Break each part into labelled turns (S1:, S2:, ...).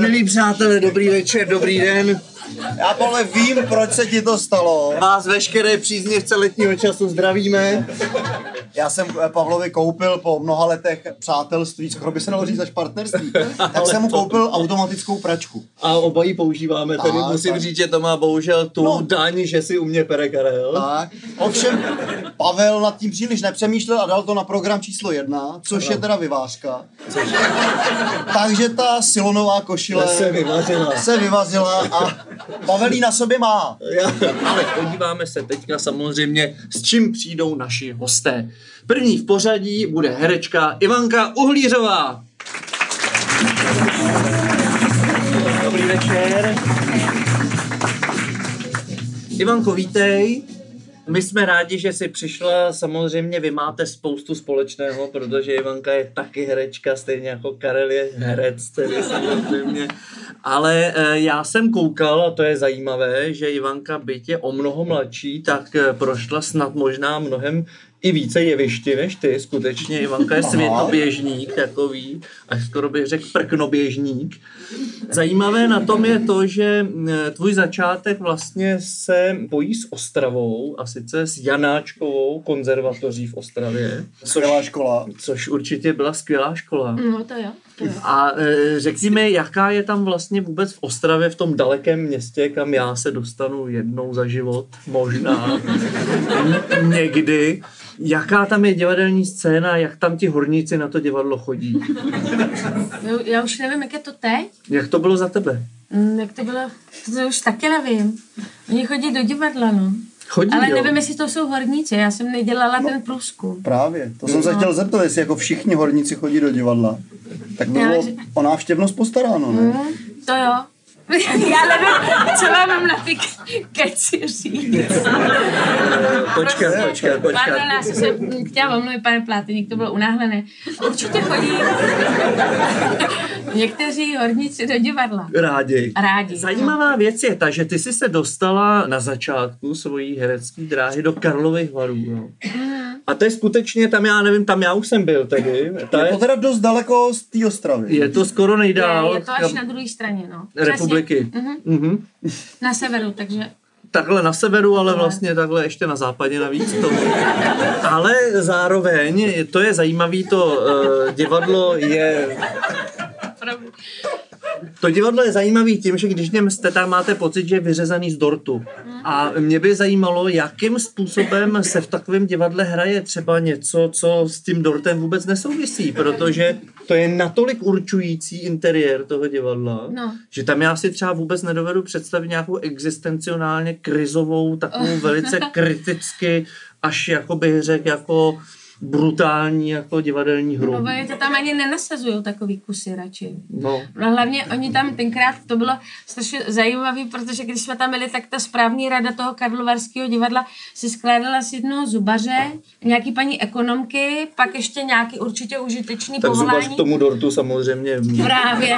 S1: Milí přátelé, dobrý večer, dobrý den.
S2: Já tohle vím, proč se ti to stalo.
S1: Vás veškeré příznivce letního času zdravíme.
S2: Já jsem eh, Pavlovi koupil po mnoha letech přátelství, skoro by se dalo říct až partnerství, tak jsem mu koupil automatickou pračku.
S1: A oba ji používáme, tedy
S2: Tak,
S1: musím
S2: tak.
S1: říct, že to má bohužel tu
S2: No.
S1: daň, že si u mě pere Karel.
S2: Tak. Ovšem, Pavel nad tím příliš nepřemýšlel a dal to na program číslo jedna, což je teda vyvářka. Takže ta silonová košile
S1: Se vyvařila.
S2: se vyvazila a Pavel ji na sobě má.
S1: Ale podíváme se teďka samozřejmě, s čím přijdou naši hosté. První v pořadí bude herečka Ivanka Uhlířová. Dobrý večer. Ivanko, vítej. My jsme rádi, že jsi přišla. Samozřejmě vy máte spoustu společného, protože Ivanka je taky herečka, stejně jako Karel je herec, tedy samozřejmě. Ale eh, já jsem koukal, a to je zajímavé, že Ivanka byť je o mnoho mladší, tak eh, prošla snad možná mnohem i více jevišti než ty. Skutečně Ivanka je světoběžník takový, až skoro bych řekl prknoběžník. Zajímavé na tom je to, že eh, tvůj začátek vlastně se pojí s Ostravou a sice s Janáčkovou konzervatoří v Ostravě,
S2: Skvělá škola.
S1: což určitě byla skvělá škola.
S3: No to jo, to jo.
S1: A eh, řekni mi, jaká je tam vlastně vůbec v Ostravě, v tom dalekém městě, kam já se dostanu jednou za život, možná N- někdy. Jaká tam je divadelní scéna, jak tam ti horníci na to divadlo chodí?
S3: No, Já už nevím, jak je to teď.
S1: Jak to bylo za tebe?
S3: Mm, jak to bylo, to už taky nevím. Oni chodí do divadla, no.
S1: Chodí,
S3: Ale
S1: jo. No.
S3: nevím, jestli to jsou horníci, já jsem nedělala ten průzkum.
S2: Právě, to jsem se chtěl zeptat, jestli jako všichni horníci chodí do divadla. Tak
S3: Já
S2: bylo
S3: že-
S2: o návštěvnost postaráno, ne?
S3: Hm, to jo. já nevím, co mám na ty ke- keci říct.
S1: Eh, Počkat,
S3: Prostě-
S1: počkat, počkat.
S3: Pardon, já jsem se chtěla omluvit, pane Pláteník, to bylo unáhlené. Určitě chodí někteří horníci do divadla.
S1: Rádi.
S3: Rádi.
S1: Zajímavá věc je ta, že ty jsi se dostala na začátku svojí herecké dráhy do Karlových varů. No. A to je skutečně, tam já nevím, tam já už jsem byl tedy. Ta
S2: Je
S1: je,
S2: to Jako teda dost daleko z té Ostravy.
S1: je to skoro nejdál.
S3: Je, je to až na druhé straně, no. Přesně.
S1: republiky.
S3: Mhm.
S1: Mhm.
S3: Na severu, takže
S1: Takhle na severu,
S3: No.
S1: ale vlastně takhle ještě na západě navíc. To. Ale zároveň, je- to je zajímavé, to eh, divadlo je
S3: opravdu.
S1: To divadlo je zajímavé tím, že když v něm jste, tam máte pocit, že je vyřezaný z dortu. A mě by zajímalo, jakým způsobem se v takovém divadle hraje třeba něco, co s tím dortem vůbec nesouvisí, protože to je natolik určující interiér toho divadla,
S3: No.
S1: že tam já si třeba vůbec nedovedu představit nějakou existencionálně krizovou, takovou velice kriticky, až jako bych řekl, jako brutální jako divadelní hru.
S3: No, oni to tam ani nenasazují takový kusy radši.
S1: No.
S3: No hlavně oni tam tenkrát, to bylo strašně zajímavé, protože když jsme tam byli, tak ta správní rada toho Karlovarského divadla se skládala z jednoho zubaře, nějaký paní ekonomky, pak ještě nějaký určitě užitečný
S1: Tak zubař
S3: povolání.
S1: k tomu dortu samozřejmě
S3: Právě.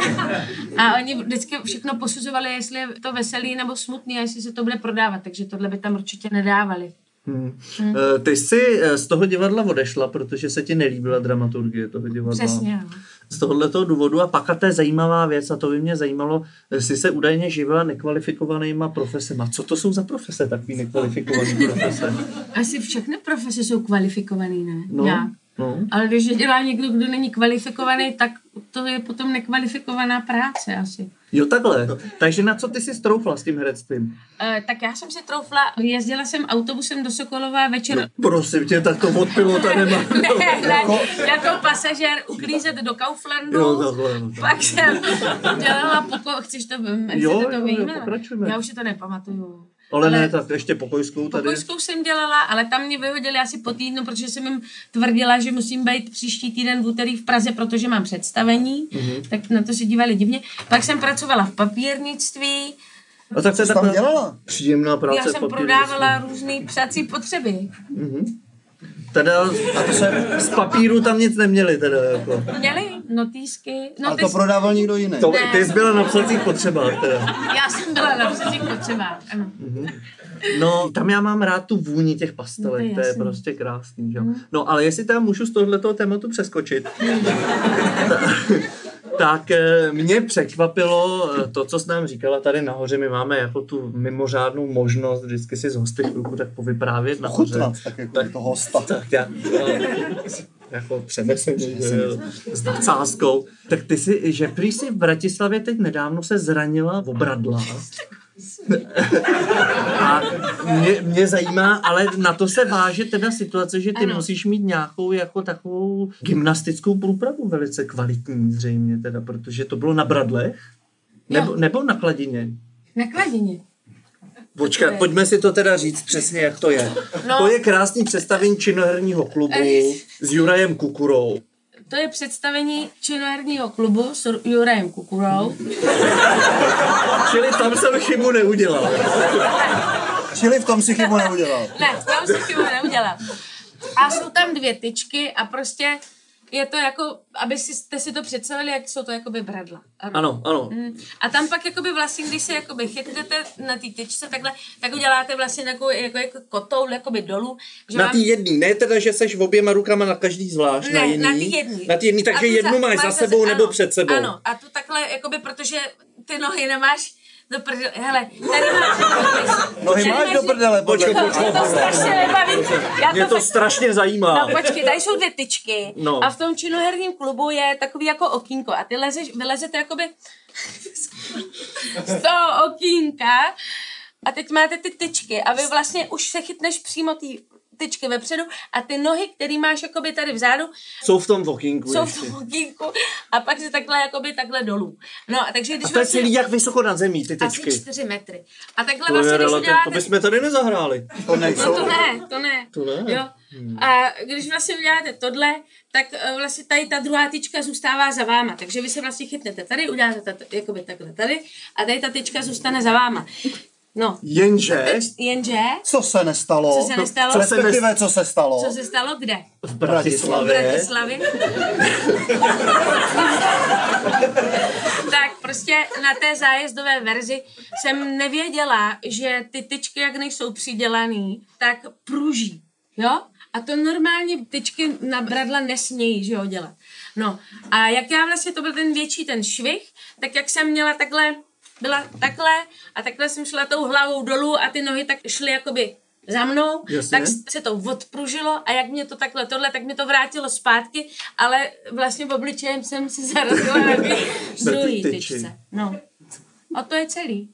S3: A oni vždycky všechno posuzovali, jestli je to veselý nebo smutný a jestli se to bude prodávat, takže tohle by tam určitě nedávali.
S1: Hmm. Eh, Ty jsi eh, z toho divadla odešla, protože se ti nelíbila dramaturgie toho divadla.
S3: Přesně. no. ano.
S1: Z tohoto důvodu a pak a to je zajímavá věc a to by mě zajímalo, eh, jsi se údajně živila nekvalifikovanýma profesema. Co to jsou za profese, takový nekvalifikovaný profese?
S3: Asi všechny profese jsou kvalifikovaný, ne?
S1: No,
S3: Nějak.
S1: no.
S3: Ale když je dělá někdo, kdo není kvalifikovaný, tak to je potom nekvalifikovaná práce asi.
S1: Jo, takhle. Takže na co ty jsi stroufla s tím herectvím?
S3: E, tak já jsem si troufla, jezdila jsem autobusem do Sokolova večer. No.
S1: Prosím tě, tak to od pilota nemá.
S3: Ne, ne, jako pasažér uklízet do Kauflandu.
S1: Jo, takhle. no.
S3: Pak jsem dělala poko... Chceš to, chcete
S1: Jo,
S3: to
S1: jo, jo,
S3: vyjmenovat?
S1: pokračujme.
S3: Já už si to nepamatuju.
S1: Ale ne, tak ještě pokojskou tady.
S3: Pokojskou jsem dělala, ale tam mě vyhodili asi po týdnu, protože jsem jim tvrdila, že musím být příští týden v úterý v Praze, protože mám představení.
S1: Mhm.
S3: Mm-hmm. Tak na to se dívali divně. Pak jsem pracovala v papírnictví,
S1: A tak to je
S2: Co jsi tam
S1: taková
S2: dělala?
S1: příjemná práce.
S3: já jsem
S1: papíru.
S3: prodávala různé psací potřeby.
S1: Teda z papíru tam nic neměli teda jako.
S3: Měli notýsky. No,
S2: Ale
S3: ty
S2: to
S3: jsi-
S2: prodával někdo jiný.
S1: To,
S3: Ne. no.
S1: ty jsi byla na psacích potřebách teda.
S3: Já jsem byla na psacích potřebách. Ano.
S1: No, tam já mám rád tu vůni těch pastelek,
S3: No,
S1: to
S3: to je
S1: je
S3: jasný. Mhm.
S1: prostě krásný, že? jo. No, ale jestli tam můžu z tohletoho tématu přeskočit. tak eh, mě překvapilo eh, to, co jsi nám říkala tady nahoře. My máme jako tu mimořádnou možnost vždycky si z hosty chvilku tak povyprávět nahoře.
S2: Ochutnat tak jako tak, toho hosta.
S1: Tak já, jako přeneseně že jo, s nadsázkou. Tak ty si, že prý si v Bratislavě teď nedávno se zranila v obradla. A mě, mě zajímá, ale na to se váže teda situace, že ty ano.
S3: Ano.
S1: musíš mít nějakou jako takovou gymnastickou průpravu velice kvalitní zřejmě teda, protože to bylo na bradlech? Nebo,
S3: Jo.
S1: nebo na kladině?
S3: Na kladině.
S1: Počkat, pojďme si to teda říct přesně, jak to je. No.
S3: No. Eh.
S1: To je krásný představení činoherního klubu s Jurajem Kukurou.
S3: To je představení činoherního klubu s Ru- Jurajem Kukurou.
S1: Čili tam jsem chybu neudělal.
S2: Čili v tom si chybu neudělal.
S3: Ne, tam jsem chybu neudělal. A jsou tam dvě tyčky a prostě je to jako, aby si, jste si to představili, jak jsou to jakoby bradla.
S1: Ano, ano.
S3: Mm. A tam pak jakoby vlastně, když se jakoby chytnete na té tyčce takhle, tak uděláte vlastně takovou jako, jako kotoul jakoby dolů. Že
S1: Na
S3: vám-
S1: tý jedný, ne teda, že seš oběma rukama na každý zvlášť, na
S3: ne,
S1: jiný.
S3: na tý jedný.
S1: Na tý jedný, takže
S3: A tu
S1: jednu máš za
S3: zase-
S1: sebou
S3: ano,
S1: nebo před sebou.
S3: Ano, a tu takhle, jakoby, protože ty nohy nemáš do prdele. Hele, tady máš...
S2: Nohy
S3: tady
S2: máš do prdele,
S1: Počkej,
S2: podle.
S1: počkej.
S3: To, to strašně nebaví. Já
S1: Mě to
S3: fakt-
S1: strašně zajímá.
S3: No počkej, tady jsou dvě tyčky
S1: No.
S3: no. a v tom činoherním klubu je takový jako okýnko a ty lezeš, vylezete jakoby z toho okýnka a teď máte ty tyčky a vy vlastně už se chytneš přímo ty tyčky vepředu a ty nohy, který máš jakoby tady vzadu,
S1: Jsou v tom vokinku
S3: jsou
S1: ještě.
S3: v tom okýnku a pak se takhle jakoby takhle dolů. No a takže když
S1: A to je celý jak vysoko nad zemí, ty
S3: asi
S1: tečky.
S3: čtyři metry. A takhle
S1: To,
S3: vlastně,
S1: je
S3: když
S1: relativ, to
S3: uděláte
S1: bychom tady nezahráli.
S2: To nejsou.
S3: No to ne, to ne.
S1: To ne. Hmm.
S3: Jo. A když vlastně uděláte tohle, tak eh, vlastně tady ta druhá tyčka zůstává za váma. Takže vy se vlastně chytnete tady, uděláte ta, jakoby takhle tady a tady ta tyčka zůstane za váma. No,
S1: Jenže
S3: jenže,
S2: Co se nestalo?
S3: Co se nestalo?
S2: Co Respektive, co se stalo?
S3: co se stalo kde?
S1: v
S3: V
S1: Bratislavě
S3: Bratislavě. tak prostě na té zájezdové verzi jsem nevěděla, že ty tyčky, jak nejsou přidělaný, tak pruží, jo? A to normálně tyčky na bradla nesmějí, že jo, dělat. No a jak já vlastně, to byl ten větší ten švih, tak jak jsem měla takhle, byla takhle a takhle jsem šla tou hlavou dolů a ty nohy tak šly jakoby za mnou,
S1: Jasně.
S3: tak se to odpružilo a jak mě to takhle tohle, tak mě to vrátilo zpátky, ale vlastně v obličejem jsem si zarazila na té druhý
S1: tyči.
S3: tyčce. No. A to je celý.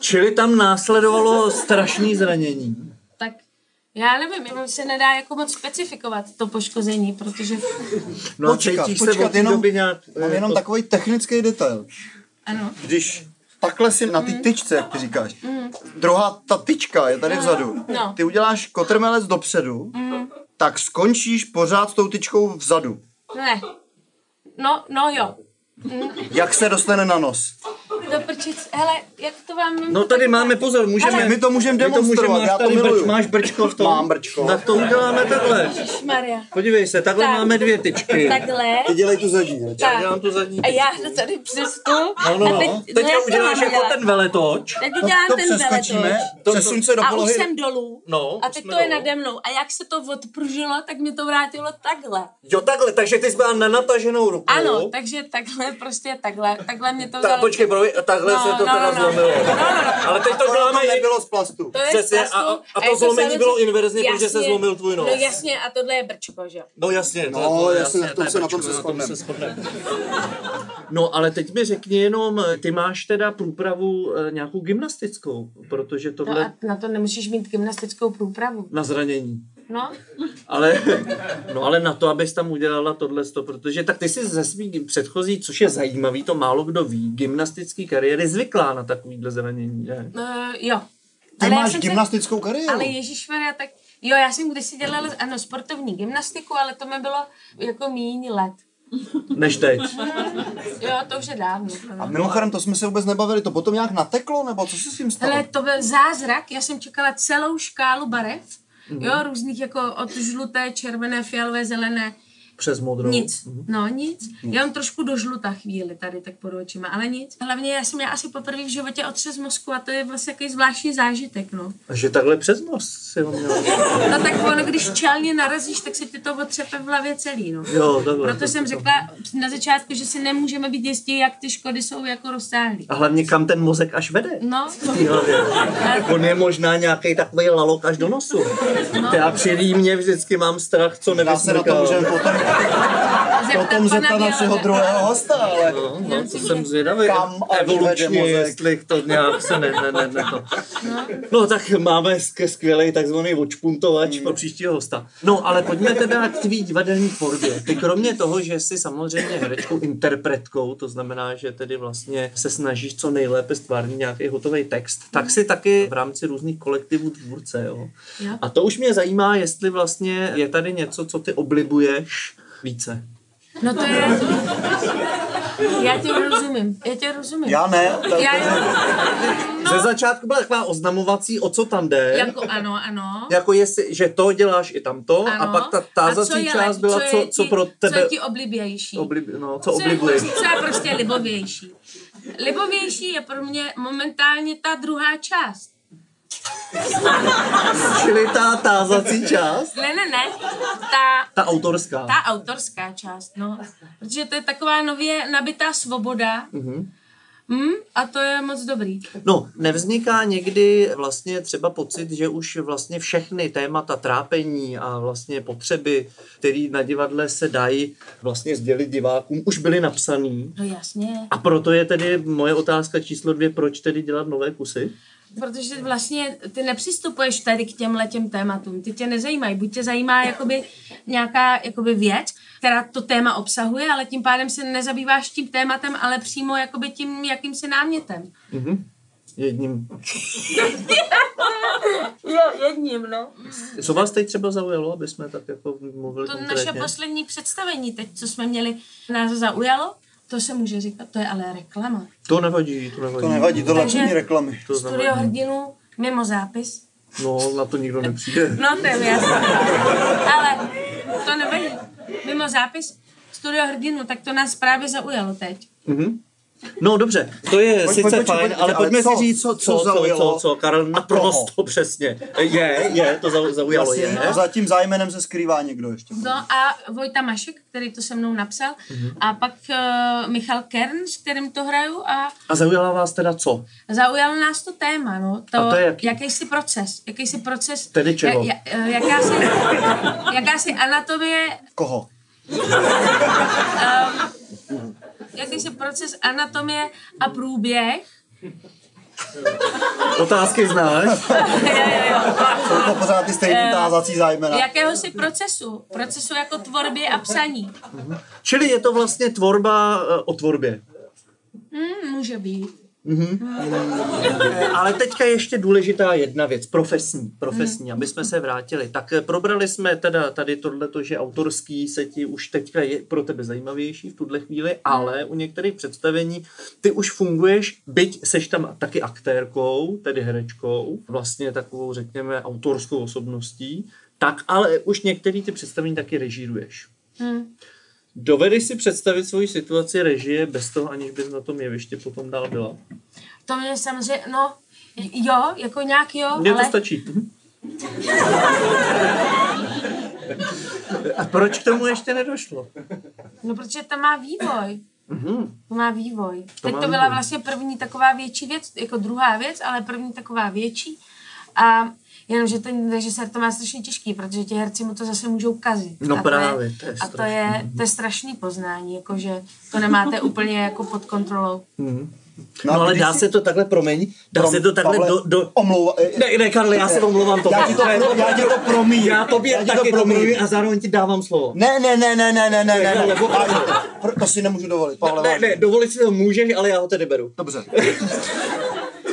S1: Čili tam následovalo strašné zranění.
S3: Tak já nevím, jenom se nedá jako moc specifikovat to poškození, protože...
S1: No a
S2: Počkat,
S1: cítíš se
S2: počkat,
S1: od té
S2: jenom-
S1: doby nějak... eh,
S2: Mám jenom takový technický detail.
S3: Ano.
S2: Když takhle si na ty
S3: Mhm.
S2: tyčce, jak ty říkáš, druhá ta tyčka je tady vzadu.
S3: no. Mhm.
S2: Ty uděláš kotrmelec dopředu, tak skončíš pořád s tou tyčkou vzadu.
S3: Ne. No, no jo.
S2: Jak se dostane na nos?
S3: Do prčic. Hele, jak to vám...
S1: No tady máme pozor, můžeme...
S3: Ale-
S2: My to můžeme
S1: my to
S2: demonstrovat,
S1: můžeme, máš
S2: já to
S1: tady brč,
S2: miluju.
S1: máš brčko v tom.
S2: Mám brčko.
S1: Tak to uděláme takhle.
S3: Maria.
S1: Podívej se, takhle
S3: Tak.
S1: máme dvě tyčky.
S3: Takhle.
S2: Ty dělej tu zadní. radši.
S3: Tak.
S1: Dělám tu zadní.
S3: A já to tady přestu.
S1: No, no, no. Teď
S3: jak to
S1: uděláš
S3: mám
S1: jako
S3: dělat?
S1: ten veletoč.
S3: Teď udělám
S2: To
S3: ten
S2: přeskočíme,
S3: veletoč.
S1: To-
S2: přesun se do
S3: a
S2: polohy.
S3: už jsem dolů.
S1: No,
S3: a
S1: už
S3: teď
S1: jsme
S3: to je
S1: dolů.
S3: nade mnou. A jak se to odpružilo, tak mi to vrátilo takhle.
S1: Jo, takhle, takže ty jsi byla na nataženou ruku.
S3: Ano, takže takhle, prostě takhle. Takhle mě to
S1: Ta,
S3: vzalo.
S1: počkej, provi, a takhle
S3: No,
S1: se to
S3: no,
S1: teda
S3: no, no.
S1: zlomilo.
S3: No, no, no.
S1: Ale teď to
S2: Ono
S1: děláme
S2: to
S1: i...
S2: nebylo z plastu.
S3: To je
S1: Přesně,
S3: z plastu
S1: a- a- a to
S3: je
S1: zlomení
S3: samozřejmě-
S1: bylo inverzní, protože se zlomil tvůj nos.
S3: No jasně, a tohle je brčko, že jo.
S1: No jasně, to,
S2: No,
S1: to,
S2: jasně, na tom
S1: je
S2: se- na tom
S1: brčko,
S2: se shodneme.
S1: shodneme. No, ale teď mi řekni jenom, ty máš teda průpravu eh, nějakou gymnastickou, protože
S3: No
S1: tohle
S3: a na to nemůžeš mít gymnastickou průpravu.
S1: na zranění.
S3: No,
S1: Ale, no ale na to, abys tam udělala tohle, protože tak ty jsi ze svý gym- předchozí, což je zajímavý, to málo kdo ví, gymnastický kariéry zvyklá na takovýhle zranění, ne?
S3: uh, jo.
S2: Ty
S3: Ale já
S2: máš
S3: jsem se-
S2: gymnastickou kariéru.
S3: Ale Ježíšmarja, tak jo, já jsem kdysi dělala ano, sportovní gymnastiku, ale to mi bylo jako míň let.
S1: než teď.
S3: Jo, to už je dávno.
S2: A mimochodem, to jsme se vůbec nebavili, to potom nějak nateklo, nebo co se s tím stalo?
S3: Ale to byl zázrak, já jsem čekala celou škálu barev, jo, různých jako od žluté, červené, fialové, zelené,
S1: přes modrou?
S3: Nic, no nic. Já mám trošku dožluta chvíli tady tak pod očima, ale nic. Hlavně já jsem měla asi poprvé v životě otřes mozku a to je vlastně takový zvláštní zážitek, no.
S1: Že takhle přes nos si ho měl.
S3: No tak ono, když čelně narazíš, tak se ti to otřepe v hlavě celý, no.
S1: Jo, takhle.
S3: Proto jsem řekla na začátku, že si nemůžeme být jistí, jak ty škody jsou jako rozsáhlé.
S1: A hlavně kam ten mozek až vede?
S3: No,
S1: Jo, jo.
S3: a
S1: On je možná nějaký takový lalok až do nosu. Já při rýmě vždycky mám strach, co
S2: Já No. se na to
S1: nevysmrkal.
S2: můžeme potom, potom
S3: zeptat
S2: zeptat
S3: pana
S2: našeho
S3: Bělana.
S2: druhého hosta, ale...
S1: No, no, to jsem zvědavý.
S2: Kam až vede
S1: Evolučně,
S2: mozek?
S1: jestli to nějak se ne, ne, ne, ne to. No tak máme sk- skvělý takzvaný odšpuntovač pro příštího hosta. Hmm. No ale pojďme teda k tvý divadelní tvorbě. Ty kromě toho, že jsi samozřejmě herečkou interpretkou, to znamená, že tedy vlastně se snažíš co nejlépe stvárnit nějaký hotový text, tak si taky v rámci různých kolektivů tvůrce, jo.
S3: Jo.
S1: A to už mě zajímá, jestli vlastně je tady něco, co ty oblibuješ více.
S3: No to je... Já tě rozumím, já tě rozumím.
S2: Já ne, tak
S3: Já jo, No.
S1: Ze začátku byla taková oznamovací, o co tam jde.
S3: jako ano, ano.
S1: Jako jestli, že to děláš i tamto
S3: ano.
S1: a pak ta
S3: A co
S1: tázací
S3: je
S1: část
S3: lep-
S1: byla,
S3: je
S1: co, co
S3: ti-
S1: pro
S3: Co je
S1: tebe
S3: ti oblibější?
S1: oblib, no, co
S3: Co je,
S1: oblibuješ.
S3: prostě- co je prostě libovější? Libovější je pro mě momentálně ta druhá část.
S1: Čili ta tázací část,
S3: Ne, ne, ne. Ta
S1: ta autorská.
S3: Ta autorská část, no. Protože to je taková nově nabitá svoboda.
S1: Mhm.
S3: Mm, a to je moc dobrý.
S1: No, nevzniká někdy vlastně třeba pocit, že už vlastně všechny témata trápení a vlastně potřeby, které na divadle se dají vlastně sdělit divákům, už byly napsaný.
S3: No jasně.
S1: A proto je tedy moje otázka číslo dvě, proč tedy dělat nové kusy?
S3: Protože vlastně ty nepřistupuješ tady k těmhle těm tématům. Ty tě nezajímají. Buď tě zajímá jakoby nějaká jakoby věc, která to téma obsahuje, ale tím pádem se nezabýváš tím tématem, ale přímo jakoby tím jakýmsi námětem.
S1: Mhm. Jedním.
S3: Jo, jedním, no.
S1: Co vás teď třeba zaujalo, aby jsme tak jako mluvili
S3: To naše
S1: konkrétně?
S3: poslední představení teď, co jsme měli, nás zaujalo. To se může říkat, to je ale reklama.
S1: To nevadí, to nevadí.
S2: to nevadí, tohle
S3: Takže-
S2: není reklamy.
S1: To
S3: Studio
S1: znamená,
S3: hrdinů mimo zápis.
S1: no, na to nikdo nepřijde.
S3: No to je jasné. Ale to nevadí. Mimo zápis Studio hrdinu, tak to nás právě zaujalo teď.
S1: Mhm. No dobře, to je
S2: Pojď,
S1: sice
S2: pojď, pojď,
S1: fajn,
S2: pojď,
S1: ale
S2: ale
S1: pojďme
S2: co?
S1: si říct, co, co,
S2: Co
S1: co, co,
S2: zaujalo?
S1: co, co Karel, naprosto přesně. Je, je, to zau- zaujalo, je.
S2: Jasně, no. Za tím zájmenem se skrývá někdo ještě.
S3: No a Vojta Mašek, který to se mnou napsal,
S1: Mhm.
S3: a pak uh, Michal Kern, s kterým to hraju a
S1: A zaujala vás teda co?
S3: zaujalo nás to téma, no. To,
S1: A to je jaký?
S3: jakýsi proces, jakýsi proces.
S1: Tedy čeho?
S3: Ja, ja, eh, jakási, jakási anatomie
S2: Koho?
S3: jakýsi proces anatomie a průběh.
S1: Otázky znáš?
S2: Jsou to pořád ty
S3: Eh,
S2: stejný tázací zájmena.
S3: Jakéhosi procesu? Procesu jako tvorby a psaní.
S1: Čili je to vlastně tvorba eh, o tvorbě.
S3: Hmm, může být.
S1: Ale teďka ještě důležitá jedna věc, profesní, profesní, aby jsme se vrátili. Tak eh, probrali jsme teda tady tohleto, že autorský se ti už teďka je pro tebe zajímavější v tuhle chvíli, ale u některých představení ty už funguješ, byť seš tam taky aktérkou, tedy herečkou, vlastně takovou, řekněme, autorskou osobností, tak ale už některý ty představení taky režíruješ.
S3: Hmm.
S1: Dovedeš si představit svoji situaci režie bez toho, aniž bys na tom jevišti potom dál byla?
S3: To mě samozřejmě, no, jo, jako nějak jo,
S1: Mně
S3: ale
S1: to stačí. Mhm. A proč k tomu ještě nedošlo?
S3: no, protože to má vývoj. To má vývoj. To Teď
S1: Mhm. má
S3: to byla
S1: vývoj.
S3: vlastně první taková větší věc, jako druhá věc, ale první taková větší. A jenomže ten režisér to má strašně těžký, protože ti herci mu to zase můžou kazit.
S1: No
S3: a
S1: právě,
S3: to
S1: to
S3: je,
S1: je
S3: a to je, to je strašný poznání, jakože to nemáte úplně jako pod kontrolou.
S1: No, ale
S2: když
S1: dá
S2: si-
S1: se to takhle, promiň, dá se to takhle
S2: Pavle,
S1: do... do...
S2: Omlouva, eh,
S1: Ne, ne, Karle, já se omlouvám to.
S2: já ti to, pro, já ti to promíjím.
S1: já tobě
S2: ti to No,
S1: taky
S2: promíjím.
S1: promluvím a zároveň ti dávám slovo.
S2: Ne, ne, ne, ne, ne, ne, ne,
S1: Ne,
S2: ne, ne,
S1: ne, opravdu.
S2: Pr- to si nemůžu dovolit, Pavle.
S1: Ne, ne, dovolit si to můžeš, ale já ho tedy beru.
S2: Dobře.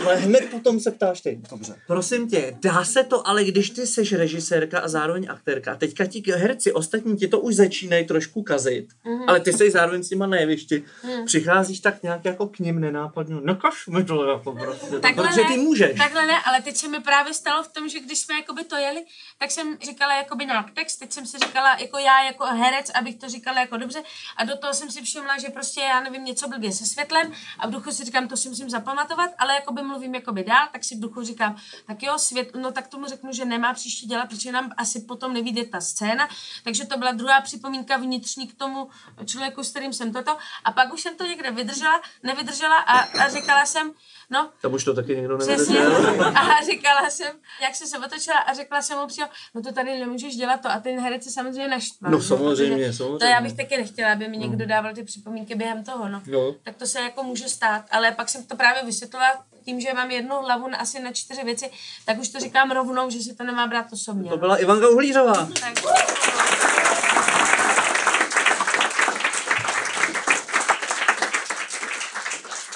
S1: ale hned potom se ptáš ty.
S2: Dobře.
S1: Prosím tě, dá se to, ale když ty seš režisérka a zároveň aktérka, a teďka ti k- herci ostatní ti to už začínají trošku kazit, mm-hmm.
S3: Mhm.
S1: ale ty seš zároveň s nima na jevišti, mm. přicházíš tak nějak jako k ním nenápadně, nakaž mi to jako prostě,
S3: Takhle
S1: protože
S3: ne,
S1: ty můžeš.
S3: Takhle ne, ale teď se mi právě stalo v tom, že když jsme jakoby to jeli, tak jsem říkala jakoby nějak text, teď jsem si říkala jako já jako herec, abych to říkala jako dobře a do toho jsem si všimla, že prostě já nevím něco blbě se světlem a v duchu si říkám, to si musím zapamatovat, ale jakoby mluvím jakoby dál, tak si v duchu říkám, tak jo, svět, no tak tomu řeknu, že nemá příště dělat, protože nám asi potom nevíde ta scéna, takže to byla druhá připomínka vnitřní k tomu člověku, s kterým jsem toto a pak už jsem to někde vydržela, nevydržela a, a říkala jsem, no,
S1: Tam už to taky někdo
S3: Přesně.
S1: nevydržel.
S3: A říkala jsem, jak jsem se otočila a řekla jsem mu přímo, no to tady nemůžeš dělat to. A ten herec se samozřejmě naštval.
S1: No
S3: že?
S1: samozřejmě,
S3: Protože
S1: samozřejmě. No.
S3: To já bych taky nechtěla, aby mi někdo dával ty připomínky během toho, no.
S1: Jo.
S3: Tak to se jako může stát, ale pak jsem to právě vysvětlila tím, že mám jednu hlavu na, asi na čtyři věci, tak už to říkám rovnou, že se to nemá brát osobně.
S1: To
S3: no.
S1: byla Ivanka Uhlířová.
S3: Tak.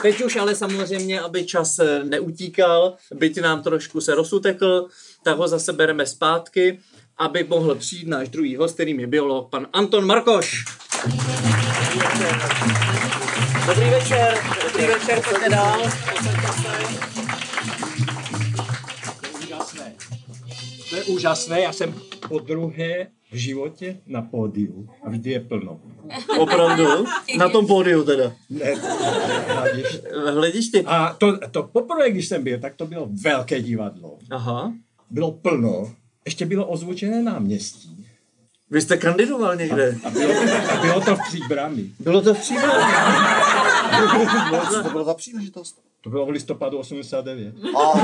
S1: Teď už ale samozřejmě, aby čas eh, neutíkal, byť nám trošku se rozutekl, tak ho zase bereme zpátky, aby mohl přijít náš druhý host, kterým je biolog pan Anton Markoš. Dobrý večer, dobrý večer, pojďte dál.
S4: úžasné. To je úžasné, já jsem po druhé v životě na pódiu a vždy je plno.
S1: Opravdu? Na tom pódiu teda.
S4: Ne, hladíš.
S1: V hledišti.
S4: a to, to poprvé, když jsem byl, tak to bylo velké divadlo.
S1: Aha.
S4: Bylo plno, ještě bylo ozvučené náměstí.
S1: Vy jste kandidoval někde.
S4: A bylo, a bylo to v příbrami.
S1: Bylo to v příběhu.
S2: Co to bylo za příležitost?
S4: To bylo v listopadu 89.
S2: A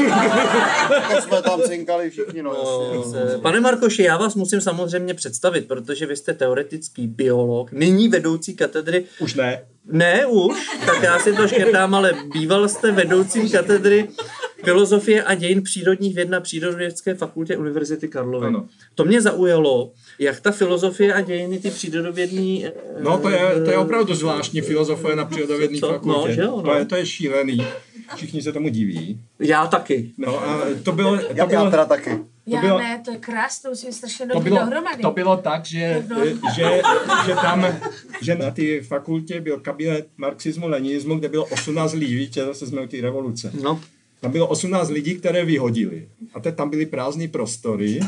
S2: to jsme tam cinkali všichni, no jasně.
S1: Pane Markoši, já vás musím samozřejmě představit, protože vy jste teoretický biolog, nyní vedoucí katedry
S4: Už ne.
S1: Ne, už, tak já si to škrtám, ale býval jste vedoucím katedry filozofie a dějin přírodních věd na Přírodovědské fakultě Univerzity Karlovy.
S4: Ano.
S1: To mě zaujalo, jak ta filozofie a dějiny, ty přírodovědní... eh,
S4: No to je, to je opravdu zvláštní filozofie na přírodovědní
S1: Co? No,
S4: fakultě.
S1: že jo, no.
S4: To, je, to je šílený. Všichni se tomu diví.
S1: eh, Já taky.
S4: No a to bylo, to
S2: Já, já
S4: bylo
S2: teda taky.
S3: Já
S4: bylo-
S3: ne, to je krás, to musím strašně
S4: to
S3: dobře
S4: bylo,
S3: dohromady.
S4: to bylo tak, že, že, že tam, že na té fakultě byl kabinet marxismu, leninismu, kde bylo 18 lidí, že zase jsme u té revoluce.
S1: No.
S4: Tam bylo 18 lidí, které vyhodili. A teď tam byly prázdné prostory.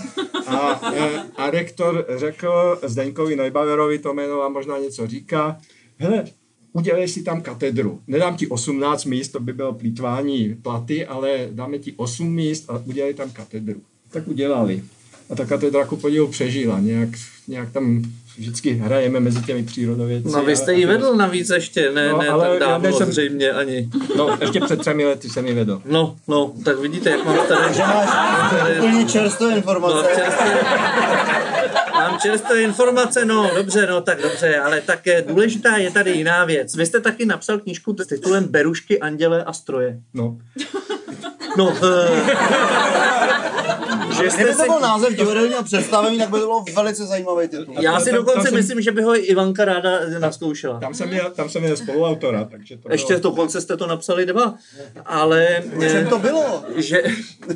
S4: A, e, a rektor řekl Zdeňkovi Neubaverovi, to jméno vám možná něco říká, hele, udělej si tam katedru. Nedám ti 18 míst, to by bylo plítvání platy, ale dáme ti 8 míst a udělej tam katedru. Tak udělali. A ta katedra ku podivu přežila. Nějak, nějak tam vždycky hrajeme mezi těmi přírodovědci.
S1: No vy
S4: a-
S1: jste
S4: a
S1: ji
S4: ty-
S1: vedl navíc ještě, ne,
S4: No,
S1: ne
S4: ale
S1: tak
S4: já
S1: dávno
S4: nejsem-
S1: zřejmě ani.
S4: No, ještě před třemi lety jsem ji vedl.
S1: No, no, tak vidíte, jak mám tady...
S2: Že máš úplně čerstvé
S1: No,
S2: informace.
S1: čerstvé, mám čerstvé informace, no dobře, no tak dobře, ale tak eh, důležitá je tady jiná věc. Vy jste taky napsal knížku s titulem Berušky, anděle a stroje.
S4: No,
S1: No, uh, že jste
S2: Kdyby to
S1: si,
S2: byl název divadelního představení, tak by to bylo velice zajímavý titul.
S1: já si
S4: Tam- tam
S1: dokonce
S4: jsem-
S1: myslím, že by ho i Ivanka ráda eh, naskoušela.
S4: Tam jsem měl, tam jsem měl spoluautora, takže to
S1: Ještě
S4: bylo...
S1: dokonce jste to napsali dva, ale...
S2: O čem
S1: eh,
S2: to bylo?
S1: Že,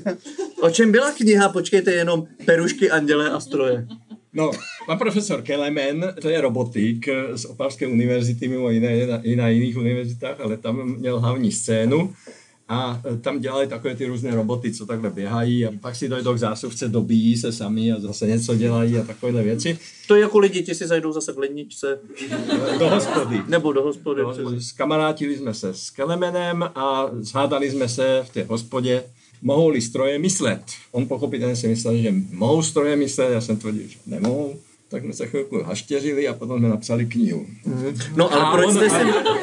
S1: o čem byla kniha, počkejte jenom, Perušky, anděle a stroje.
S4: No, pan profesor Kelemen, to je robotik eh, z Opavské univerzity, mimo jiné je na, i na jiných univerzitách, ale tam měl hlavní scénu a eh, tam dělali takové ty různé roboty, co takhle běhají a pak si dojdou k zásuvce, dobíjí se sami a zase něco dělají a takovéhle věci.
S1: To je jako lidi, ti si zajdou zase k ledničce,
S4: Eh, Do hospody.
S1: nebo do hospody.
S4: No,
S1: přes-
S4: Skamarátili jsme se s Kelemenem a zhádali jsme se v té hospodě, mohou-li stroje myslet. On pochopitelně si myslel, že mohou stroje myslet, já jsem tvrdil, že nemohou. Tak jsme se chvilku haštěřili a potom jsme napsali knihu.
S1: No ale
S4: A
S1: proč
S4: on-
S1: jste, si,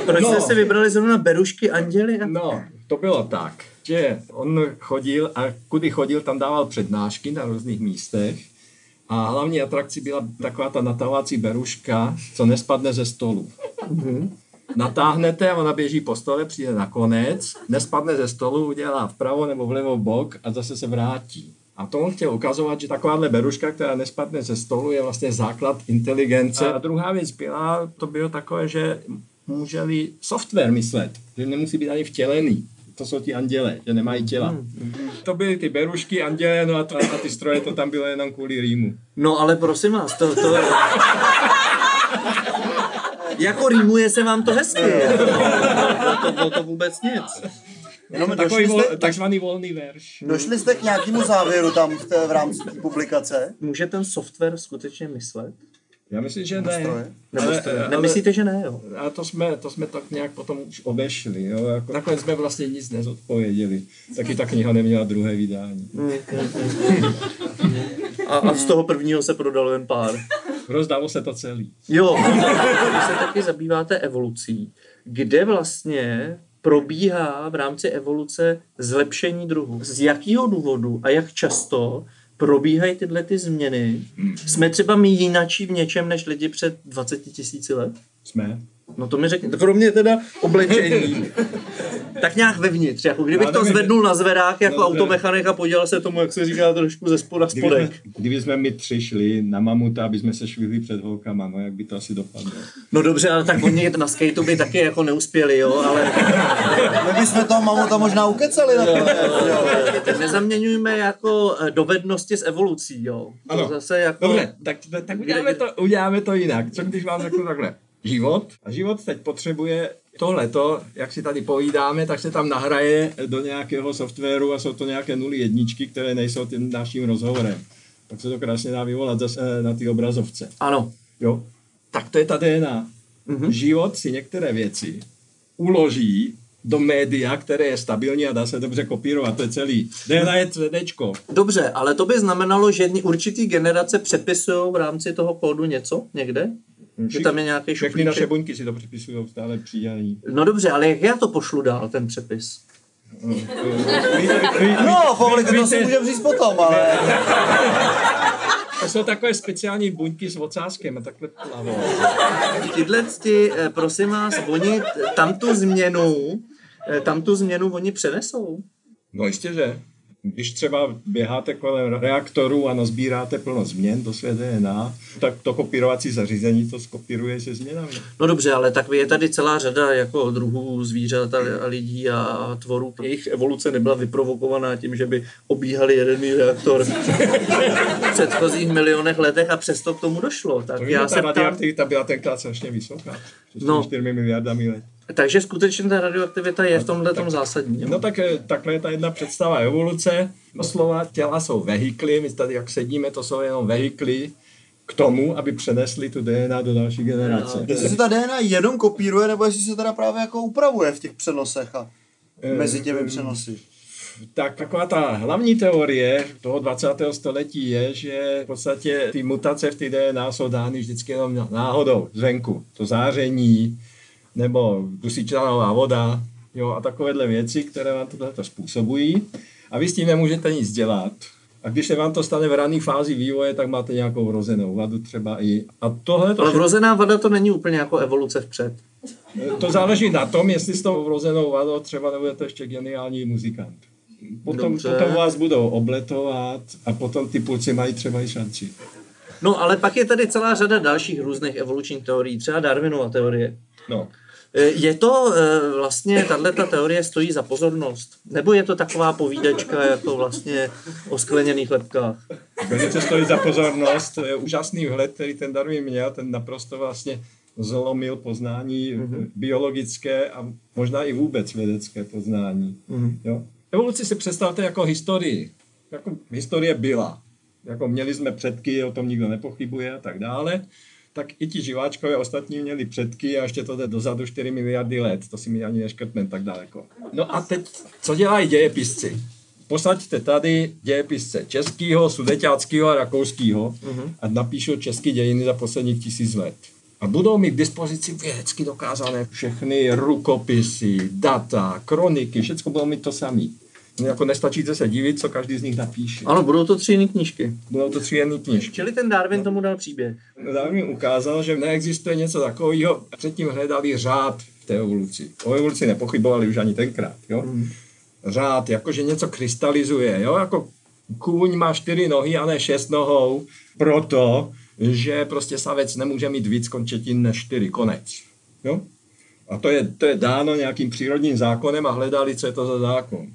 S1: proč jste
S4: No.
S1: si vybrali zrovna berušky, anděly? A...
S4: No, to bylo tak, že on chodil a kudy chodil, tam dával přednášky na různých místech. A hlavní atrakcí byla taková ta natahovací beruška, co nespadne ze stolu. Natáhnete a ona běží po stole, přijde na konec, nespadne ze stolu, udělá vpravo nebo vlevo bok a zase se vrátí. A to on chtěl ukazovat, že takováhle beruška, která nespadne ze stolu, je vlastně základ inteligence. A druhá věc byla, to bylo takové, že může software myslet, že nemusí být ani vtělený. to jsou ti anděle, že nemají těla. Hmm. To byly ty berušky, anděle, no a, to, a ty stroje to tam bylo jenom kvůli rýmu.
S1: No ale prosím vás, to, to je... Jako rýmuje se vám to hezky. No, To, no, to, to vůbec nic.
S2: Jenom
S4: Takový
S2: došli,
S4: vol,
S2: jste,
S4: takzvaný volný verš.
S2: došli jste k nějakému závěru tam v, té, v rámci té publikace?
S1: Může ten software skutečně myslet?
S4: Já myslím, že ne.
S2: Stroje?
S1: Nebo
S4: Ale-
S1: ale,
S4: ale-
S1: nemyslíte, že ne, jo?
S4: A to jsme, to jsme tak nějak potom už obešli. Jo? Jako, nakonec jsme vlastně nic nezodpověděli. Taky ta kniha neměla druhé vydání.
S1: Mm. A, a z toho prvního se prodalo jen pár.
S4: Rozdalo se to celý.
S1: Jo, vy se taky zabýváte evolucí. Kde vlastně probíhá v rámci evoluce zlepšení druhu? Z jakého důvodu a jak často probíhají tyhle ty změny? Jsme třeba my jinačí v něčem než lidi před 20 tisíci let?
S4: Jsme.
S1: No to mi řekněte. Kromě teda oblečení. tak nějak vevnitř. Jako kdybych
S4: Já
S1: to
S4: nevím.
S1: zvednul na zvedák jako
S4: No, to-
S1: automechanik a podělal se tomu, jak se říká, trošku ze spoda
S4: Kdyby
S1: spodek.
S4: jsme, kdyby jsme my tři šli na mamuta, aby jsme se švihli před holkama, no jak by to asi dopadlo.
S1: No dobře, ale tak oni na skateu by taky jako neuspěli, jo, ale...
S2: My bychom toho mamuta možná ukecali nakonec. jo.
S1: Nezaměňujme jako eh, dovednosti s evolucí, jo. To
S4: Ano.
S1: Zase jako...
S4: Dobře, tak, tak, tak uděláme, to, uděláme to jinak. Co když vám řeknu takhle? Život. A život teď potřebuje tohleto, jak si tady povídáme, tak se tam nahraje do nějakého softwaru a jsou to nějaké nuly jedničky, které nejsou tím naším rozhovorem. Tak se to krásně dá vyvolat zase eh, na ty obrazovce.
S1: Ano.
S4: Jo? Tak to je ta DNA.
S1: Mhm.
S4: Mm-hmm. Život si některé věci uloží do média, které je stabilní a dá se dobře kopírovat, to je celý. DNA je CDčko.
S1: Dobře, ale to by znamenalo, že jedni- určitý generace přepisují v rámci toho kódu něco někde? Že tam je nějaký
S4: Všechny naše
S1: šuplíček?
S4: buňky si to připisují stále přijaní.
S1: No dobře, ale jak já to pošlu dál, ten přepis?
S2: No, Pavlik, to si můžeme říct potom, ale...
S4: To jsou takové speciální buňky s ocáskem a takhle plavou.
S1: Tyhle ti, eh, prosím vás, oni t- tam tu změnu, eh, tam tu změnu oni přenesou.
S4: No jistě, že. Když třeba běháte kolem reaktoru a nazbíráte plno změn do své DNA, tak to kopírovací zařízení to skopíruje se změnami.
S1: No dobře, ale tak je tady celá řada jako druhů zvířat a a lidí a tvorů. Jejich evoluce nebyla vyprovokovaná tím, že by obíhali jeden reaktor v předchozích milionech letech a přesto k tomu došlo. Tak
S4: To
S1: já
S4: já ta
S1: se ptám,
S4: radioaktivita byla tenkrát strašně vysoká. Přes
S1: No.
S4: no. 4 miliardami let.
S1: takže skutečně ta radioaktivita je v tomhle tom zásadní.
S4: No
S1: jo?
S4: tak eh, takhle je ta jedna představa evoluce. Doslova těla jsou vehikly, my tady jak sedíme, to jsou jenom vehikly k tomu, aby přenesli tu DNA do další
S1: No,
S4: generace.
S2: Jestli se ta DNA jenom kopíruje, nebo jestli se teda právě jako upravuje v těch přenosech a mezi těmi přenosy.
S4: Tak taková ta hlavní teorie toho 20. století je, že v podstatě ty mutace v té DNA jsou dány vždycky jenom náhodou zvenku. To záření nebo dusičnanová voda jo, a takovéhle věci, které vám tohle způsobují. A vy s tím nemůžete nic dělat. A když se vám to stane v rané fázi vývoje, tak máte nějakou vrozenou vadu třeba i. A tohle to
S1: Ale vrozená vada to není úplně jako evoluce vpřed.
S4: Eh, to záleží na tom, jestli s tou vrozenou vadou třeba nebudete ještě geniální muzikant. Potom,
S1: Dobře.
S4: potom vás budou obletovat a potom ty pulci mají třeba i šanci.
S1: No ale pak je tady celá řada dalších různých evolučních teorií, třeba Darwinova teorie.
S4: No.
S1: E, Je to e, vlastně, tahle teorie stojí za pozornost? Nebo je to taková povídačka jako vlastně o skleněných lepkách?
S4: Velice stojí za pozornost. To je úžasný vhled, který ten Darwin měl, ten naprosto vlastně zlomil poznání mm-hmm. biologické a možná i vůbec vědecké poznání. Mm-hmm. Jo? Evoluci si představte jako historii. Jako historie byla. Jako měli jsme předky, o tom nikdo nepochybuje a tak dále. Tak i ti živáčkové ostatní měli předky a ještě to jde dozadu 4 miliardy let. To si mi ani neškrtne tak daleko. No a teď, co dělají dějepisci? posaďte tady dějepisce českýho, sudeťáckého a rakouského a napíšu české dějiny za posledních tisíc let. A budou mít k dispozici vědecky dokázané všechny rukopisy, data, kroniky, všechno budou mít to samé. No jako nestačíte se divit, co každý z nich napíše.
S1: Ano, budou to tři jiné knížky.
S4: Budou to tři jedné knižky.
S1: Čili ten Darwin tomu dal příběh.
S4: Darwin ukázal, že neexistuje něco takového. Předtím hledali řád v té evoluci. O evoluci nepochybovali už ani tenkrát. Jo? Řád, jakože něco krystalizuje. Jo? Jako kůň má čtyři nohy a ne šest nohou, proto, že prostě savec nemůže mít víc končetin než čtyři. Konec. Jo? A to je, to je dáno nějakým přírodním zákonem a hledali, co je to za zákon.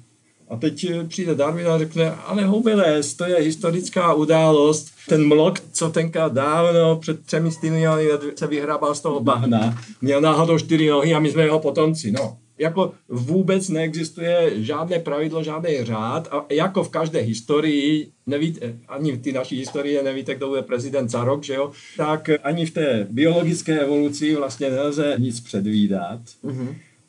S4: A teď eh, přijde Darwin a řekne, ale hubiles, to je historická událost. Ten mlok, co tenkrát dávno před třemi miliony let se vyhrábal z toho bahna, měl náhodou čtyři nohy a my jsme jeho potomci. No, jako vůbec neexistuje žádné pravidlo, žádný řád a jako v každé historii, nevíte, ani v té naší historii nevíte, kdo bude prezident za rok, že jo, tak ani v té biologické evoluci vlastně nelze nic předvídat.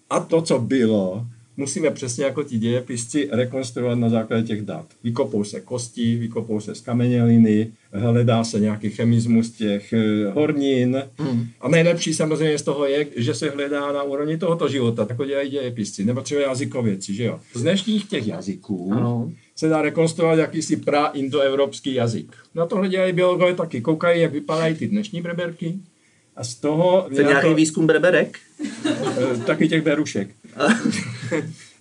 S4: A to, co bylo, musíme přesně jako ti dějepisci rekonstruovat na základě těch dat. Vykopou se kosti, vykopou se skameněliny, hledá se nějaký chemismus těch eh, hornin. Hmm. A nejlepší samozřejmě z toho je, že se hledá na úrovni tohoto života, jako dělají dějepisci, nebo třeba jazykověci, že jo. Z dnešních těch jazyků
S1: Ano.
S4: se dá rekonstruovat jakýsi praindoevropský jazyk. Na tohle dělají biologové taky, koukají, jak vypadají ty dnešní breberky, a z toho...
S1: To je nějaký výzkum breberek?
S4: Eh, taky těch berušek.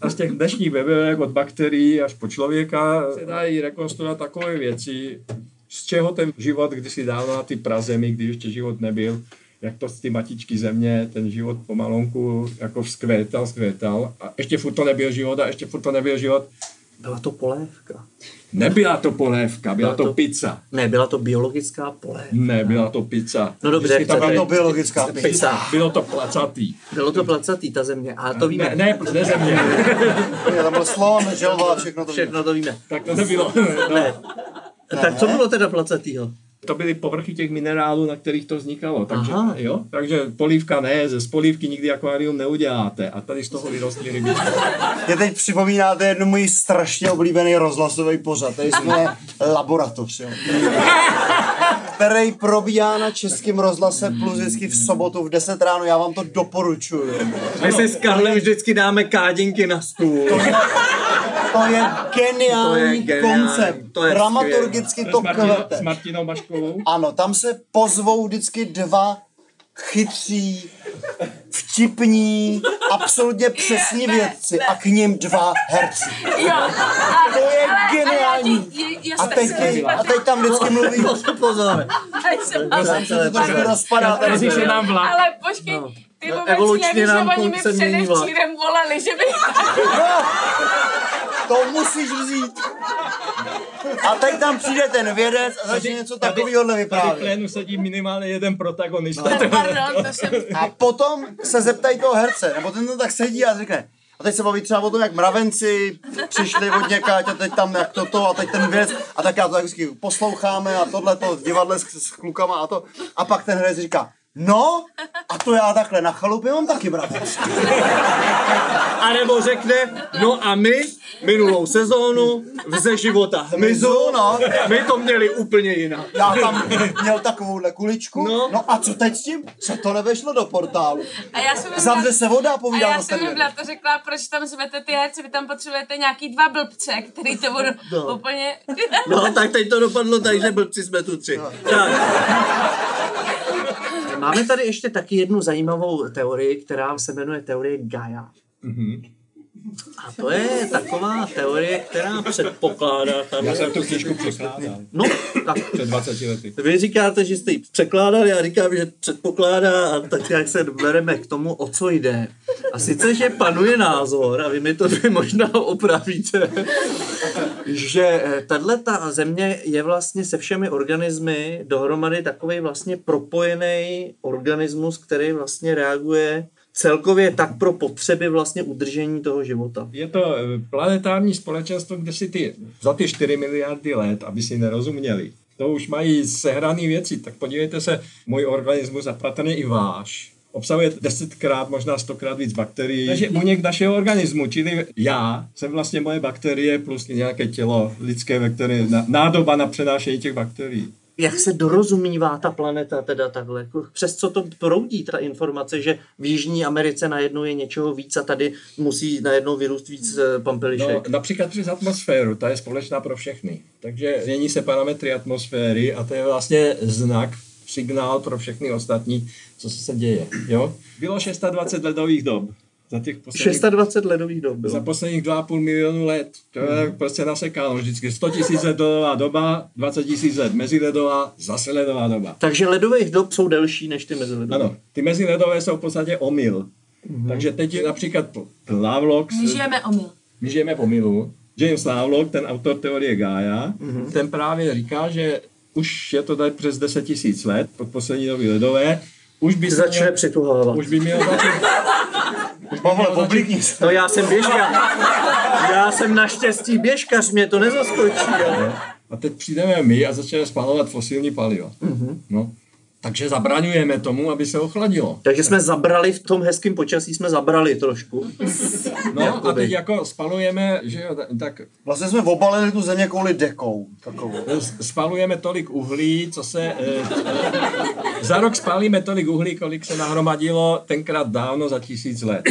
S4: A z těch dnešních bebelek od bakterií až po člověka se dají rekonstruovat takové věci, z čeho ten život kdysi dávno na ty prazemi, když ještě život nebyl, jak to z ty matičky země, ten život pomalonku jako vzkvétal, vzkvétal a ještě furt to nebyl život a ještě furt to nebyl život.
S1: Byla to polévka.
S4: Nebyla to polévka, byla
S1: Byla to-
S4: to pizza.
S1: Ne, byla to biologická polévka.
S4: Ne, byla to pizza.
S1: No dobře,
S4: Vždycky tam
S1: chcete-
S2: To
S4: bylo-
S2: biologická pizza.
S1: Pizza.
S4: Bylo to placatý.
S1: Bylo to placatý, ta země. A to víme.
S4: Ne, ne, ne země.
S2: Je, Tam byl slon, želva, všechno to.
S1: Všechno to víme.
S4: Tak to nebylo. No.
S1: Ne. Tak co bylo teda placatýho?
S4: to byly povrchy těch minerálů, na kterých to vznikalo. Takže,
S1: Aha.
S4: jo? Takže polívka ne, ze z polívky nikdy akvárium neuděláte. A tady z toho vyrostly rybičky.
S2: Mě teď připomínáte jednu můj strašně oblíbený rozhlasový pořad. Tady jsme laboratoř, jo. který probíhá na Českém rozhlase plus vždycky v sobotu v 10 ráno. Já vám to doporučuji.
S1: My si s Karlem vždycky dáme kádinky na stůl.
S2: To je geniální,
S1: To je geniální,
S2: koncept.
S1: to je
S2: Dramaturgicky
S4: To
S2: to
S4: s, Martinou,
S2: kvete.
S4: s Martinou Maškovou.
S2: Ano, tam se pozvou vždycky dva chytří, vtipní, absolutně přesní
S3: Ne,
S2: vědci
S3: ne.
S2: a k ním dva herci.
S3: Jo, a,
S2: To je
S3: ale- ale já
S2: geniální.
S3: ti- je- já
S2: A
S3: se-
S2: teď, a teď tam
S4: No,
S2: vždycky mluví,
S1: To se pozor.
S3: já jsem-
S2: to se rozpadá. tady
S4: Kazí se nám vlak.
S3: Ale počkej,
S1: No.
S3: ty
S1: No,
S3: vůbec
S1: evolučně
S3: nevíš, že
S1: nám
S3: oni mi
S1: konce mění vlak.
S3: předevčírem volali, že by...
S2: To musíš vzít. A teď tam přijde ten vědec a začne něco takového
S4: Tady v
S2: vyprávět.
S4: plénu sedí minimálně jeden protagonista.
S3: Pardon, to jsem...
S2: A potom se zeptají toho herce, nebo ten tam tak sedí a řekne, a teď se baví třeba o tom, jak mravenci přišli od někáť a teď tam jak toto a teď ten věc a tak já to tak vždycky posloucháme a tohle to v divadle s, s klukama a to. A pak ten herec říká, no a to já takhle na chalupě mám taky mravence.
S1: A nebo řekne, no a my minulou sezónu vze života hmyzu,
S2: Mizu, no.
S1: my to měli úplně jinak.
S2: Já tam měl takovouhle kuličku,
S1: No.
S2: no, no a co teď s tím? Se to nevešlo do portálu.
S3: A já jsem jim
S2: Zavře se voda a
S3: A
S2: povídal
S3: já
S2: zase
S3: jsem jim
S2: vědu.
S3: byla to řekla, proč tam zvete ty herce, vy tam potřebujete nějaký dva blbce, který to budou
S1: No.
S3: úplně...
S1: No, tak teď to dopadlo tak, že blbci jsme tu tři.
S4: No.
S1: Tak. Máme tady ještě taky jednu zajímavou teorii, která se jmenuje teorie Gaia.
S4: Mhm.
S1: A to je taková teorie, která předpokládá... Tam
S4: Já jsem tu knížku překládal
S1: No, tak
S4: před 20 lety.
S1: Vy říkáte, že jste ji překládali, já říkám, že předpokládá a tak jak se bereme k tomu, o co jde. A sice, že panuje názor, a vy mi to tady možná opravíte, že eh, tahle ta země je vlastně se všemi organismy dohromady takový vlastně propojený organismus, který vlastně reaguje celkově tak pro potřeby vlastně udržení toho života.
S4: Je to eh, planetární společenstvo, kde si ty za ty 4 miliardy let, aby si nerozuměli, to už mají sehrané věci, tak podívejte se, můj organismus a patrně i váš obsahuje desetkrát, možná stokrát víc bakterií. Takže buněk našeho organismu, čili já jsem vlastně moje bakterie plus nějaké tělo lidské, ve které na- nádoba na přenášení těch bakterií.
S1: jak se dorozumívá ta planeta teda takhle, jako přes co to proudí ta informace, že v Jižní Americe najednou je něčeho víc a tady musí najednou vyrůst víc eh,
S4: No,
S1: pampelišek.
S4: například přes atmosféru, ta je společná pro všechny. Takže mění se parametry atmosféry a to je vlastně znak, signál pro všechny ostatní, co se děje. Jo? Bylo 620 ledových dob. Za těch posledních
S1: 26 ledových dob
S4: za
S1: bylo.
S4: posledních 2,5 milionu let. To je prostě nasekáno vždycky. 100 tisíc ledová doba, 20 tisíc let meziledová, zase ledová doba.
S1: Takže ledových dob jsou delší než ty meziledové.
S4: Ano, ty meziledové jsou v podstatě omyl. Mm-hmm. Takže teď je například pl- Lovelock,
S3: My žijeme omyl.
S4: my žijeme v omilu. James Lovelock, ten autor teorie Gaia,
S1: Mhm.
S4: mm-hmm. ten právě říká, že už je to tady přes 10 tisíc let, pod poslední doby ledové, už by se
S1: Začne přituhovat.
S4: už by měl začít,
S2: Pavle, poblíkni se.
S1: No já jsem běžka. Já jsem naštěstí běžkař, mě to nezaskočí. Jo.
S4: A teď přijdeme my a začneme spalovat fosilní paliva.
S1: Mhm.
S4: Mm-hmm. No, takže zabraňujeme tomu, aby se ochladilo.
S1: Takže jsme zabrali v tom hezkém počasí, jsme zabrali trošku.
S4: No a
S1: Jakoby.
S4: teď jako spalujeme, že jo, ta- tak
S2: Vlastně jsme obalili tu země kouli dekou. Takovou.
S4: e, s- spalujeme tolik uhlí, co se... Eh, za rok spalíme tolik uhlí, kolik se nahromadilo tenkrát dávno za tisíc let.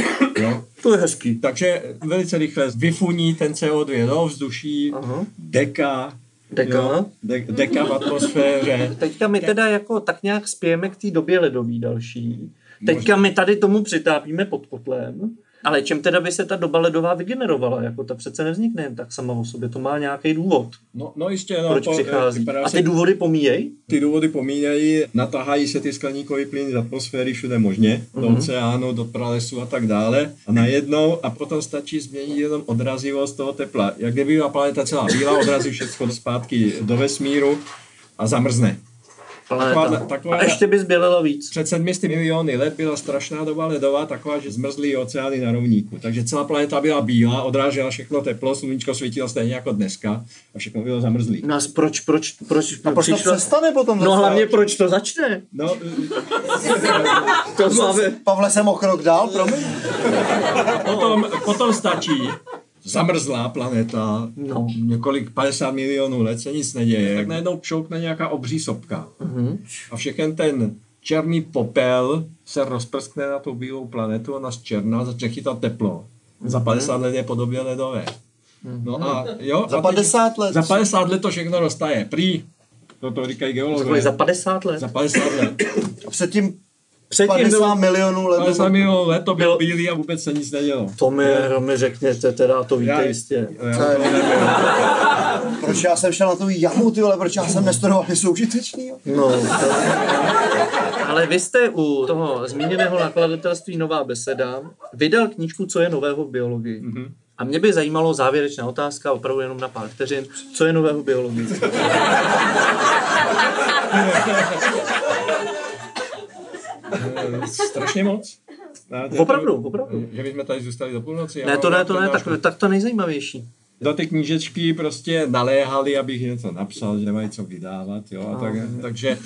S4: Jo?
S1: To je hezký.
S4: Takže velice rychle vyfuní ten CO2 do ovzduší,
S1: Aha.
S4: no, deka,
S1: Deka.
S4: jo, de, deka v atmosféře.
S1: Teďka my teda jako tak nějak spějeme k té době ledový další. Teďka my tady tomu přitápíme pod kotlem. Ale čem teda by se ta doba ledová vygenerovala? Jako ta přece nevznikne jen tak sama o sobě. To má nějaký důvod,
S4: No, no jistě, no,
S1: proč
S4: po- eh,
S1: přichází.
S4: vypadá
S1: A
S4: se-
S1: ty důvody pomíjej?
S4: ty důvody pomínají, natahají se ty skleníkové plyny z atmosféry všude možně, do
S1: Mhm.
S4: oceánu, do pralesu a tak dále. A najednou, a potom stačí změnit jenom odrazivost toho tepla. Jak kdyby byla planeta celá bílá, odrazí všechno zpátky do vesmíru a zamrzne. Taková-
S1: Planeta.
S4: taková-
S1: A ještě by zbělela víc.
S4: Před 700 miliony let byla strašná doba ledová, taková, že zmrzly i oceány na rovníku. Takže celá planeta byla bílá, odrážela všechno teplo, sluníčko svítilo stejně jako dneska a všechno bylo zamrzlý.
S1: No a proč, proč, proč,
S2: A proč to
S1: přišlo-
S2: přestane potom?
S1: No
S2: zase?
S1: hlavně proč to začne?
S4: No,
S1: To máme.
S2: Pavle, jsem o krok dál, promiň.
S4: Potom, potom stačí zamrzlá planeta,
S1: No.
S4: několik 50 milionů let se nic neděje, tak najednou pšoukne nějaká obří sopka. Mm-hmm.
S1: Mhm.
S4: A všechen ten černý popel se rozprskne na tu bílou planetu, ona z černá začne chytat teplo. Za
S1: Mhm.
S4: 50 let je podobě ledové. No a jo,
S2: Za
S4: a teď-
S2: 50 let.
S4: za 50 let to všechno roztaje. Prý, to, to říkají geologové.
S1: Kolik, za 50 let?
S4: za 50 let.
S2: A předtím
S1: Předtím
S2: 50
S1: bylo...
S2: milionů let.
S4: 50 milionů let to
S1: Bylo-
S4: bylo bílý a vůbec se nic nedělo.
S1: To mi, mi řekněte, teda to víte
S4: Já-
S1: jistě.
S4: Já, to nevím.
S2: Proč já jsem šel na tu jamu, ty vole, proč já jsem nestudoval, že jsou užitečný, jo?
S1: No, to... Ale vy jste u toho zmíněného nakladatelství Nová beseda vydal knížku Co je nového v biologii. Mm-hmm. A mě by zajímalo závěrečná otázka, opravdu jenom na pár vteřin, co je nového v biologii.
S4: Eh, strašně moc. Ne, to-
S1: Opravdu, opravdu.
S4: Že bychom tady zůstali do půlnoci. já
S1: Ne,
S4: mám
S1: to ne,
S4: rád
S1: to ne,
S4: přednášku.
S1: tak, tak to nejzajímavější.
S4: Do ty knížečky prostě naléhali, abych něco napsal, že nemají co vydávat, jo, a tak, takže...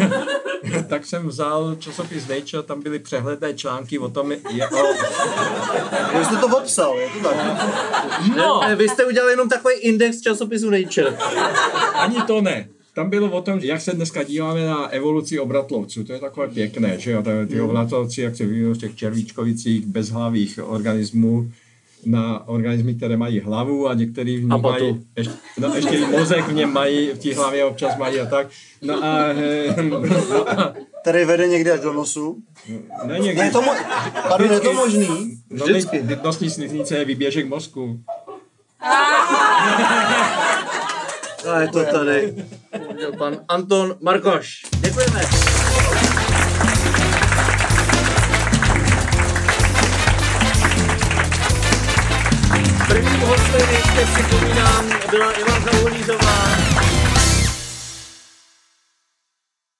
S4: tak jsem vzal časopis Nature, tam byly přehledné články o tom, je, o,
S2: Vy jste to popsal, je to tak.
S1: No. Ne, vy jste udělali jenom takový index časopisu Nature.
S4: ani to ne. Tam bylo o tom, jak se dneska díváme na evoluci obratlovců. To je takové pěkné, že jo? Tam Ty obratlovci, jak se vyvíjí z těch červíčkovicích, bezhlavých organismů na organismy, které mají hlavu a některý v ní
S1: A patu.
S4: mají, ještě, no, ještě i mozek v něm mají, v té hlavě občas mají a tak. No a, eh, no a
S2: Který vede někdy až do nosu.
S4: ne, někdy,
S2: Je to, mo- pardon, je to možný?
S4: no,
S1: vždycky.
S4: Vždycky. sliznice je vyběžek mozku.
S1: A No, je to tady. Měl pan Anton Markoš. Děkujeme. Prvním hostem, ještě připomínám, byla Ivanka Uhlířová.